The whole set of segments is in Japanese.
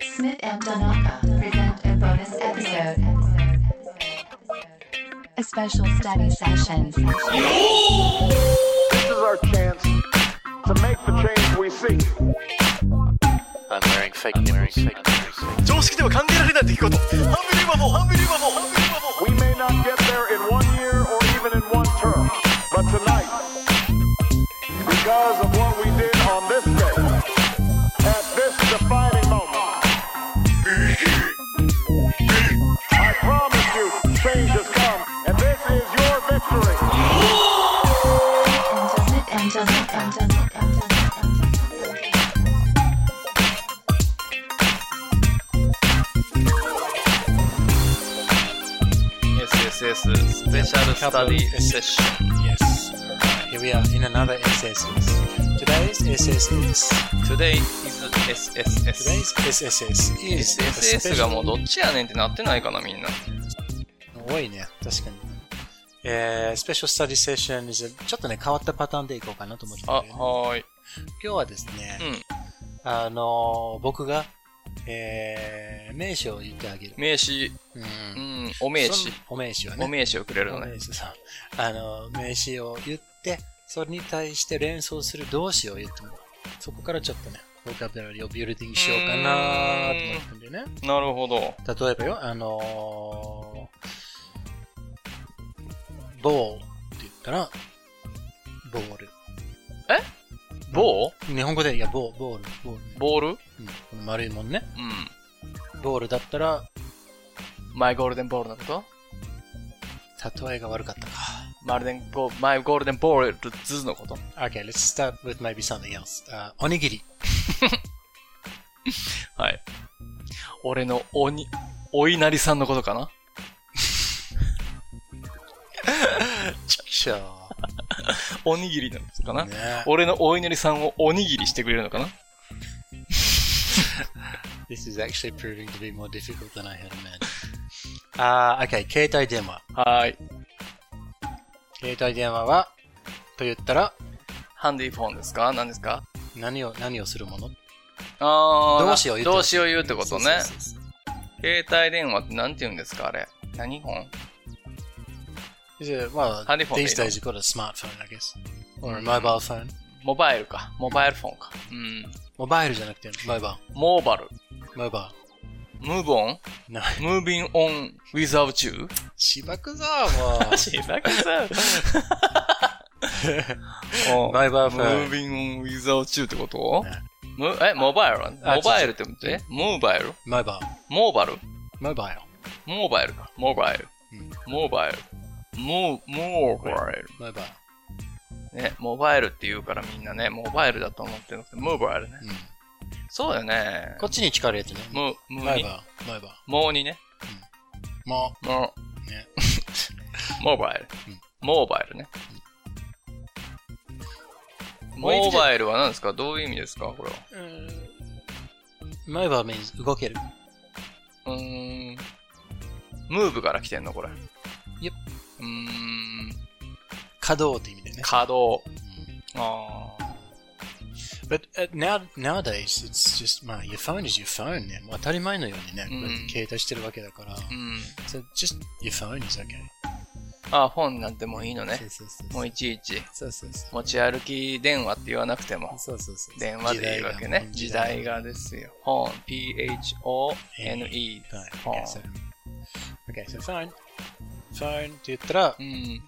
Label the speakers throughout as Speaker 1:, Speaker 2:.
Speaker 1: Smith and Donaka present a bonus episode. A special study session.
Speaker 2: This is our chance to make the change we seek.
Speaker 3: I'm wearing fake nipples. I'm
Speaker 4: 常識では考えられない出来事ハンビリーバボーハンビリーバボーハンビリーバボー
Speaker 2: We may not get there in one year or even in one term, but tonight, because of what we did on this day, at this defining moment, I promise you, change has come, and this is your victory.
Speaker 1: Smith and Donaka.
Speaker 5: Yes, yes, yes. uh, Special
Speaker 3: Couple
Speaker 5: study
Speaker 3: of-
Speaker 5: session.
Speaker 3: Yes. Here we are in another SSS. Today's SSS.
Speaker 5: Today is SSS.
Speaker 3: Today's SSS is a
Speaker 5: SSS がもうど
Speaker 3: special.
Speaker 5: っちやねんってなってないかな、みんな。
Speaker 3: 多いね、確かに。えー、スペシャルスタディセッション is a- ちょっとね、変わったパターンでいこうかなと思って
Speaker 5: あ、
Speaker 3: たんだよね
Speaker 5: はーい。
Speaker 3: 今日はですね、
Speaker 5: うん。
Speaker 3: あのー、僕が、えー、名詞を言ってあげる。
Speaker 5: 名詞、
Speaker 3: う。
Speaker 5: うんん、お名
Speaker 3: そ
Speaker 5: 詞
Speaker 3: の。お名詞はね。
Speaker 5: お名詞をくれるの
Speaker 3: 名
Speaker 5: ね。
Speaker 3: 詞さんあの、名詞を言って、それに対して連想する動詞を言ってもらう。そこからちょっとね、ボキャブラリーをビルディングしようかなと思ったんでね。
Speaker 5: なるほど。
Speaker 3: 例えばよ、あのー、ボールって言ったら、ボール。
Speaker 5: 棒
Speaker 3: 日本語で、いや、ボーボール、ボールね、
Speaker 5: ボールうん。
Speaker 3: うんこの丸いもんね。ボールだったら、
Speaker 5: マイゴールデンボールのこと
Speaker 3: 例えが悪かったか。
Speaker 5: マルデンボマイゴールデンボールズのこと
Speaker 3: Okay, let's start with maybe something else.、あおにぎり。
Speaker 5: はい。俺のおに、お稲荷さんのことかな
Speaker 3: ちょ
Speaker 5: おにぎりのことかな、
Speaker 3: ねえ
Speaker 5: 俺のお稲荷さんをおにぎりしてくれるのかな
Speaker 3: This is actually proving to be more difficult than I had imagined. ああ、OK、携帯電話。
Speaker 5: はーい。
Speaker 3: 携帯電話は、と言ったら、
Speaker 5: ハンディフォンですか何ですか
Speaker 3: 何を、何をするもの
Speaker 5: あー
Speaker 3: 動詞を言って
Speaker 5: 動詞を言うってことね。
Speaker 3: そうそうそうそう
Speaker 5: 携帯電話って何て言うんですかあれ。何本
Speaker 3: じゃあまあ、
Speaker 5: ハンディフォンでいい
Speaker 3: these
Speaker 5: の
Speaker 3: days you've got a smartphone, I guess. Or a
Speaker 5: うん
Speaker 3: mobile phone.
Speaker 5: モバイルか。モバイルフォンか。うん。
Speaker 3: モバイルじゃなくて、mobile.
Speaker 5: モーバル。
Speaker 3: mobile.
Speaker 5: ムーボン
Speaker 3: な、
Speaker 5: ムービンオン、ウィザウチュー
Speaker 3: しばくぞ、もう。
Speaker 5: しばく さ。 お
Speaker 3: バイバイフ
Speaker 5: ム
Speaker 3: ァ
Speaker 5: ー
Speaker 3: イ。
Speaker 5: ビンオン、ウィザウチューってこと
Speaker 3: ね
Speaker 5: むえ、モバイルは
Speaker 3: あ
Speaker 5: モバイルって言ってモーバイル
Speaker 3: mobile.
Speaker 5: モーバル
Speaker 3: mobile.
Speaker 5: モーバイルか。モーバイル。モーバイル。モー、モーバイル。
Speaker 3: mobile.
Speaker 5: ね、モバイルって言うからみんなね、モバイルだと思ってなくて、モバイルね。
Speaker 3: うん
Speaker 5: そうだよね。
Speaker 3: こっちに力入れてね。
Speaker 5: ム、ムに
Speaker 3: mobile. mobile.
Speaker 5: モーにね。
Speaker 3: も
Speaker 5: モ
Speaker 3: う、ね。
Speaker 5: ー、モバイル
Speaker 3: うん。
Speaker 5: モバイルね。
Speaker 3: もう一
Speaker 5: モ
Speaker 3: 度
Speaker 5: バイルは何ですかどういう意味ですかこれは。
Speaker 3: mobile means 動ける。
Speaker 5: うーん。ムーブから来てんのこれ。
Speaker 3: Yep
Speaker 5: うーん。
Speaker 3: 稼働って意味でね。
Speaker 5: 稼働。ああ。
Speaker 3: But uh, now nowadays it's just まあ your phone is your phone ね。もう当たり前のようにね、
Speaker 5: うん
Speaker 3: これ携帯してるわけだから。
Speaker 5: うん。
Speaker 3: So just your phone is okay.
Speaker 5: ああ、フォンなんてもういいのね
Speaker 3: そ。うそうそう
Speaker 5: もういちいち
Speaker 3: そうそうそう
Speaker 5: 持ち歩き電話って言わなくても。
Speaker 3: そうそうそう
Speaker 5: 電話でいいわけね。時代。がですよ。本、p-h-o-n-e。
Speaker 3: はい。
Speaker 5: 本
Speaker 3: Okay, so, okay, so phone. phone って言ったら
Speaker 5: うん。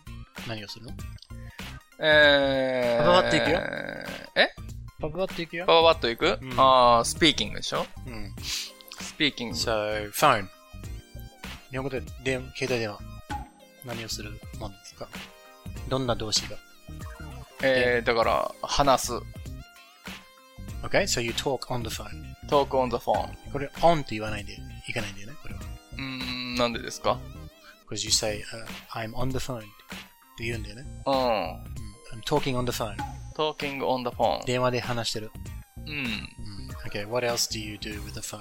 Speaker 3: 何をするの
Speaker 5: えー。
Speaker 3: パパパっていくよ
Speaker 5: え
Speaker 3: パパパっていくよ
Speaker 5: パ。パパッといく
Speaker 3: うん
Speaker 5: あー、スピーキングでしょ
Speaker 3: うん。
Speaker 5: スピーキング。
Speaker 3: So phone. 日本語で電携帯電話。何をするものですかどんな動詞が
Speaker 5: えー、だから、話す。
Speaker 3: Okay, so you talk on the phone.
Speaker 5: talk on the phone。
Speaker 3: これ、on って言わないで、いかないんだよね、これは。
Speaker 5: うーん、なんでですか
Speaker 3: Because you say,、I'm uh, on the phone って言うんだよね。
Speaker 5: うん。
Speaker 3: I'm talking on the phone.
Speaker 5: talking on the phone。
Speaker 3: 電話で話してる。
Speaker 5: うん。
Speaker 3: うん、okay, what else do you do with the phone?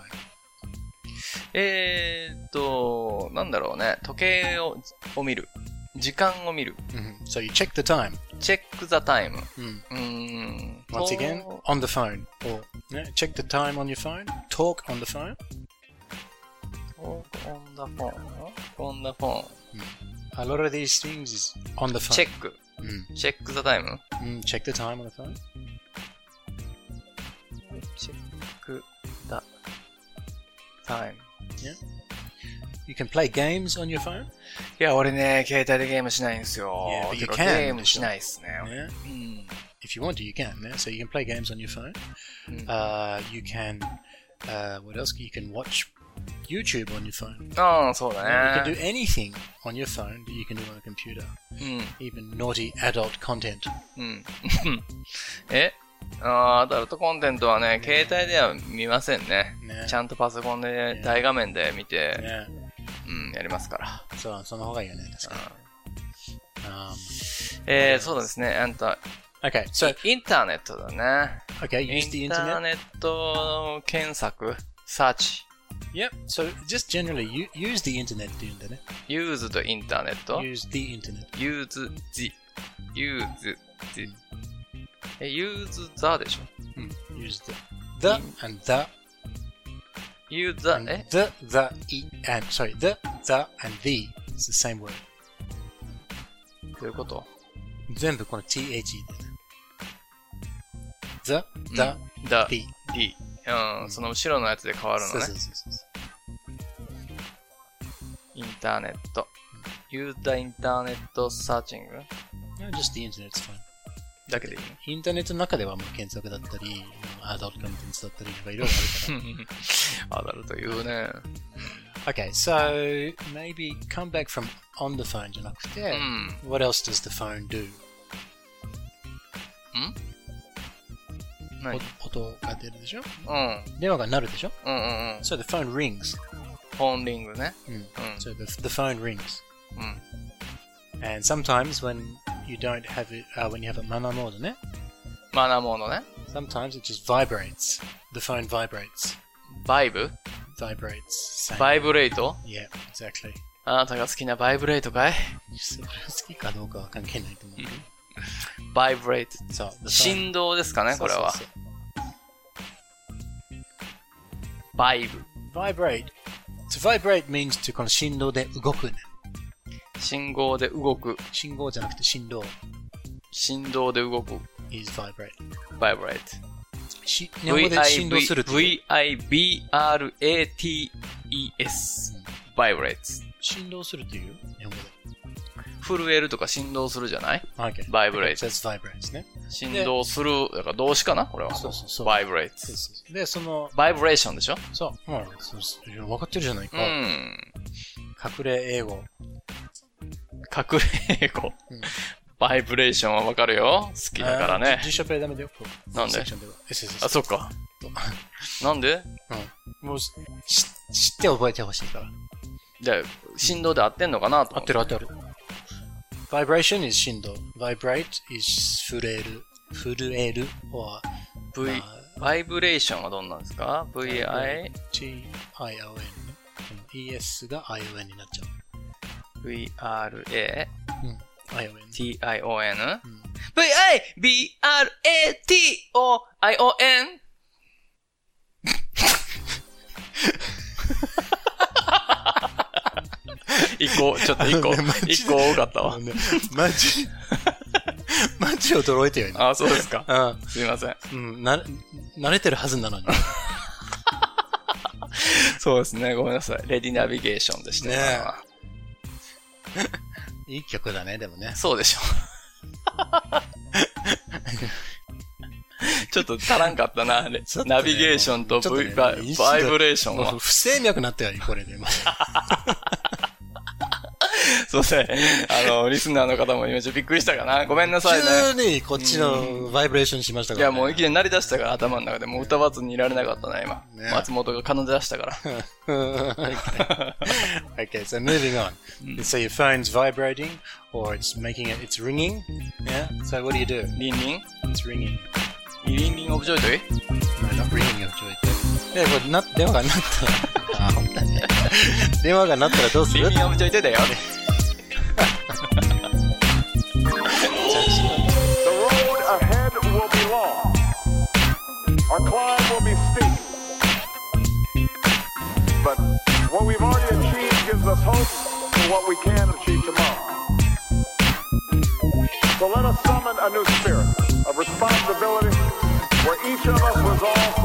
Speaker 5: えーっと、なんだろうね。時計をを見る。時間を見る。
Speaker 3: うん so you check the time.
Speaker 5: チェックザタイム。
Speaker 3: うん
Speaker 5: うーん。Oh。
Speaker 3: Once again, on the phone or ね Check the time on your phone. Talk on the phone.
Speaker 5: Talk on the phone. On the phone.
Speaker 3: A lot of these things is on the phone.
Speaker 5: チェック。
Speaker 3: うん
Speaker 5: チェックザタイム
Speaker 3: Mm, check the time on the phone.
Speaker 5: チェックザタイム。
Speaker 3: You can play games on your phone.
Speaker 5: いや、俺ね、携帯でゲームしないんですよ
Speaker 3: Yeah, but。you
Speaker 5: てか
Speaker 3: can
Speaker 5: ゲームしないっすね。
Speaker 3: Yeah.
Speaker 5: うん。
Speaker 3: If you want to, you can. Yeah? So you can play games on your phone.
Speaker 5: Mm.
Speaker 3: Uh, you can. Uh, what else? You can watch YouTube on your phone.
Speaker 5: ああ、そう
Speaker 3: You
Speaker 5: だ
Speaker 3: can do
Speaker 5: ね。
Speaker 3: anything on your phone that you can do on a computer,
Speaker 5: う
Speaker 3: even naughty adult content.
Speaker 5: ん。うん。 えあーアダルトコンテンツはね、携帯では見ませんね。
Speaker 3: ね
Speaker 5: ちゃんとパソコンで
Speaker 3: ね
Speaker 5: 大画面で見て、
Speaker 3: Yeah.
Speaker 5: うん、やりますから。
Speaker 3: So, so um,
Speaker 5: えー、そうですね。あんた、
Speaker 3: okay. So,
Speaker 5: インターネットだね。
Speaker 3: okay, you
Speaker 5: イ
Speaker 3: use the
Speaker 5: ンター
Speaker 3: internet.
Speaker 5: ネット検索、サーチ、
Speaker 3: Yep. So just generally, you use the internet. The internet.
Speaker 5: ユーズとインターネット、
Speaker 3: Use the internet.
Speaker 5: ユーズ、ジ、ユーズ、ジ。え、ユーズザでしょ
Speaker 3: Mm. Use the the and the
Speaker 5: ユーザ
Speaker 3: and、
Speaker 5: え
Speaker 3: the the e and sorry the the and the. It's the same word.
Speaker 5: どういうこと
Speaker 3: 全部この TH でね。the, the,
Speaker 5: だ、
Speaker 3: the.
Speaker 5: リ。うん、その後ろのやつで変わる
Speaker 3: そう
Speaker 5: の
Speaker 3: そう
Speaker 5: ね。
Speaker 3: そうそう
Speaker 5: インターネット。ユーザインターネットサーチング
Speaker 3: No, just the internet's fine.
Speaker 5: だけでいいね。
Speaker 3: インターネットの中ではもう検索だったり、アダルトコンテンツだったりとかいろいろあ
Speaker 5: ア
Speaker 3: るか
Speaker 5: ダルト言うね。
Speaker 3: ら。okay, so maybe come back from on the phone じゃなくて、
Speaker 5: う
Speaker 3: what else does the phone do?
Speaker 5: ん。何
Speaker 3: お音が出るでしょ
Speaker 5: うん。
Speaker 3: 電話が鳴るでしょ
Speaker 5: うんうんうん。
Speaker 3: So the phone rings.
Speaker 5: フォンリングね。
Speaker 3: うん
Speaker 5: うん
Speaker 3: So the, the phone rings.
Speaker 5: うん。
Speaker 3: And sometimes when you don't have it, uh, when you have a mana mode ね、
Speaker 5: マナモーのね。
Speaker 3: sometimes it just vibrates. The phone vibrates.
Speaker 5: バイブ
Speaker 3: vibrates. Same.
Speaker 5: バイブレート
Speaker 3: Yeah, exactly.
Speaker 5: あなたが好きなバイブレートかい
Speaker 3: それが好きかどうかは関係ないと思うけど。
Speaker 5: バイブレート。
Speaker 3: そう、the phone-
Speaker 5: 振動ですかね、これは
Speaker 3: そう。そうそう
Speaker 5: バイブ。
Speaker 3: vibrate. To vibrate means to この振動で動くね。
Speaker 5: 信号で動く。
Speaker 3: 信号じゃなくて振動
Speaker 5: 振動で動く。
Speaker 3: is vibrate.
Speaker 5: バイブレート。
Speaker 3: し日本語で振動するっていう
Speaker 5: V-I-B-R-A-T-E-S。バイブレート。
Speaker 3: 振動するっていう日本語で。
Speaker 5: 震えるとか振動するじゃない
Speaker 3: Okay.
Speaker 5: Vibrate.
Speaker 3: Okay, that's vibrates ね。
Speaker 5: 振動する、だから動詞かなこれは。
Speaker 3: そうそうそう
Speaker 5: バイブレー
Speaker 3: そう
Speaker 5: ト。
Speaker 3: そうで、その、
Speaker 5: バイブレーションでしょ
Speaker 3: そう、もうそうそういや分かってるじゃないか。
Speaker 5: う
Speaker 3: 隠
Speaker 5: ん。
Speaker 3: れ英語。
Speaker 5: 隠れ英語
Speaker 3: うん。
Speaker 5: バイブレーションはわかるよ。好きだから
Speaker 3: あー
Speaker 5: ね。
Speaker 3: 辞書ペラダメだよ。
Speaker 5: なんで
Speaker 3: セクションはえそうそうそう
Speaker 5: あ、そっか。なんで
Speaker 3: もうし知知って覚えてほしいから。
Speaker 5: じゃあ、振動で合ってんのかなと
Speaker 3: 合
Speaker 5: 思
Speaker 3: っ
Speaker 5: って
Speaker 3: て。る合ってる。Vibration is 振動。Vibrate is 震える。震える or
Speaker 5: V
Speaker 3: あ、
Speaker 5: バイブレーションはどんなんですか ?VI、
Speaker 3: T-I-O-N ね。この ES が ION になっちゃ
Speaker 5: VRA、
Speaker 3: う。うん。ION。
Speaker 5: TION
Speaker 3: うん、
Speaker 5: ?VI、BRATOION? 一個、ちょっと一個
Speaker 3: あの ねマ、ジで
Speaker 5: 一個多かった
Speaker 3: あ
Speaker 5: わ
Speaker 3: の。ねマジ、 マジ驚いてよね。
Speaker 5: あ、そうですか。
Speaker 3: あ
Speaker 5: すいません。
Speaker 3: うん、な、慣れてるはずなのに。
Speaker 5: そうですね。ごめんなさい。レディナビゲーションでした。
Speaker 3: ねえ
Speaker 5: 今のはい
Speaker 3: い曲だね、でもね。
Speaker 5: そうでしょ。 ちょっと足らんかったな。レ
Speaker 3: ちょっとね
Speaker 5: ナビゲーションと
Speaker 3: ちょっと
Speaker 5: v
Speaker 3: ね
Speaker 5: バ
Speaker 3: 一緒だ
Speaker 5: バイブレーションは。
Speaker 3: 不整脈になったよ、これで。
Speaker 5: そうですね。あの、リスナーの方も今ちょっとびっくりしたかな。ごめんなさいね。
Speaker 3: 急にこっちのバイブレーションしました
Speaker 5: い
Speaker 3: から、
Speaker 5: や、
Speaker 3: ね。
Speaker 5: もう息で鳴り出したから頭の中でもう歌わずにいられなかったな、今。
Speaker 3: ね
Speaker 5: 松本が奏で出したから。
Speaker 3: okay. okay, so moving on. So your phone's vibrating, or it's making it, it's ringing. Yeah. So what do you do?
Speaker 5: リンリン
Speaker 3: It's ringing.
Speaker 5: リンリンオブジョイトイ
Speaker 3: No, not ringing. I've tried that. Yeah, but not. 電話が鳴ったら。あ本当だね 電話が鳴ったらどうす
Speaker 5: リ
Speaker 3: る
Speaker 5: ン？リンオブジョイトイだよ。
Speaker 2: The road ahead will be long. Our climb will be steep. But what we've already achieved gives us hope for what we can achieve tomorrow. So let us summon a new spirit of responsibility where each of us resolves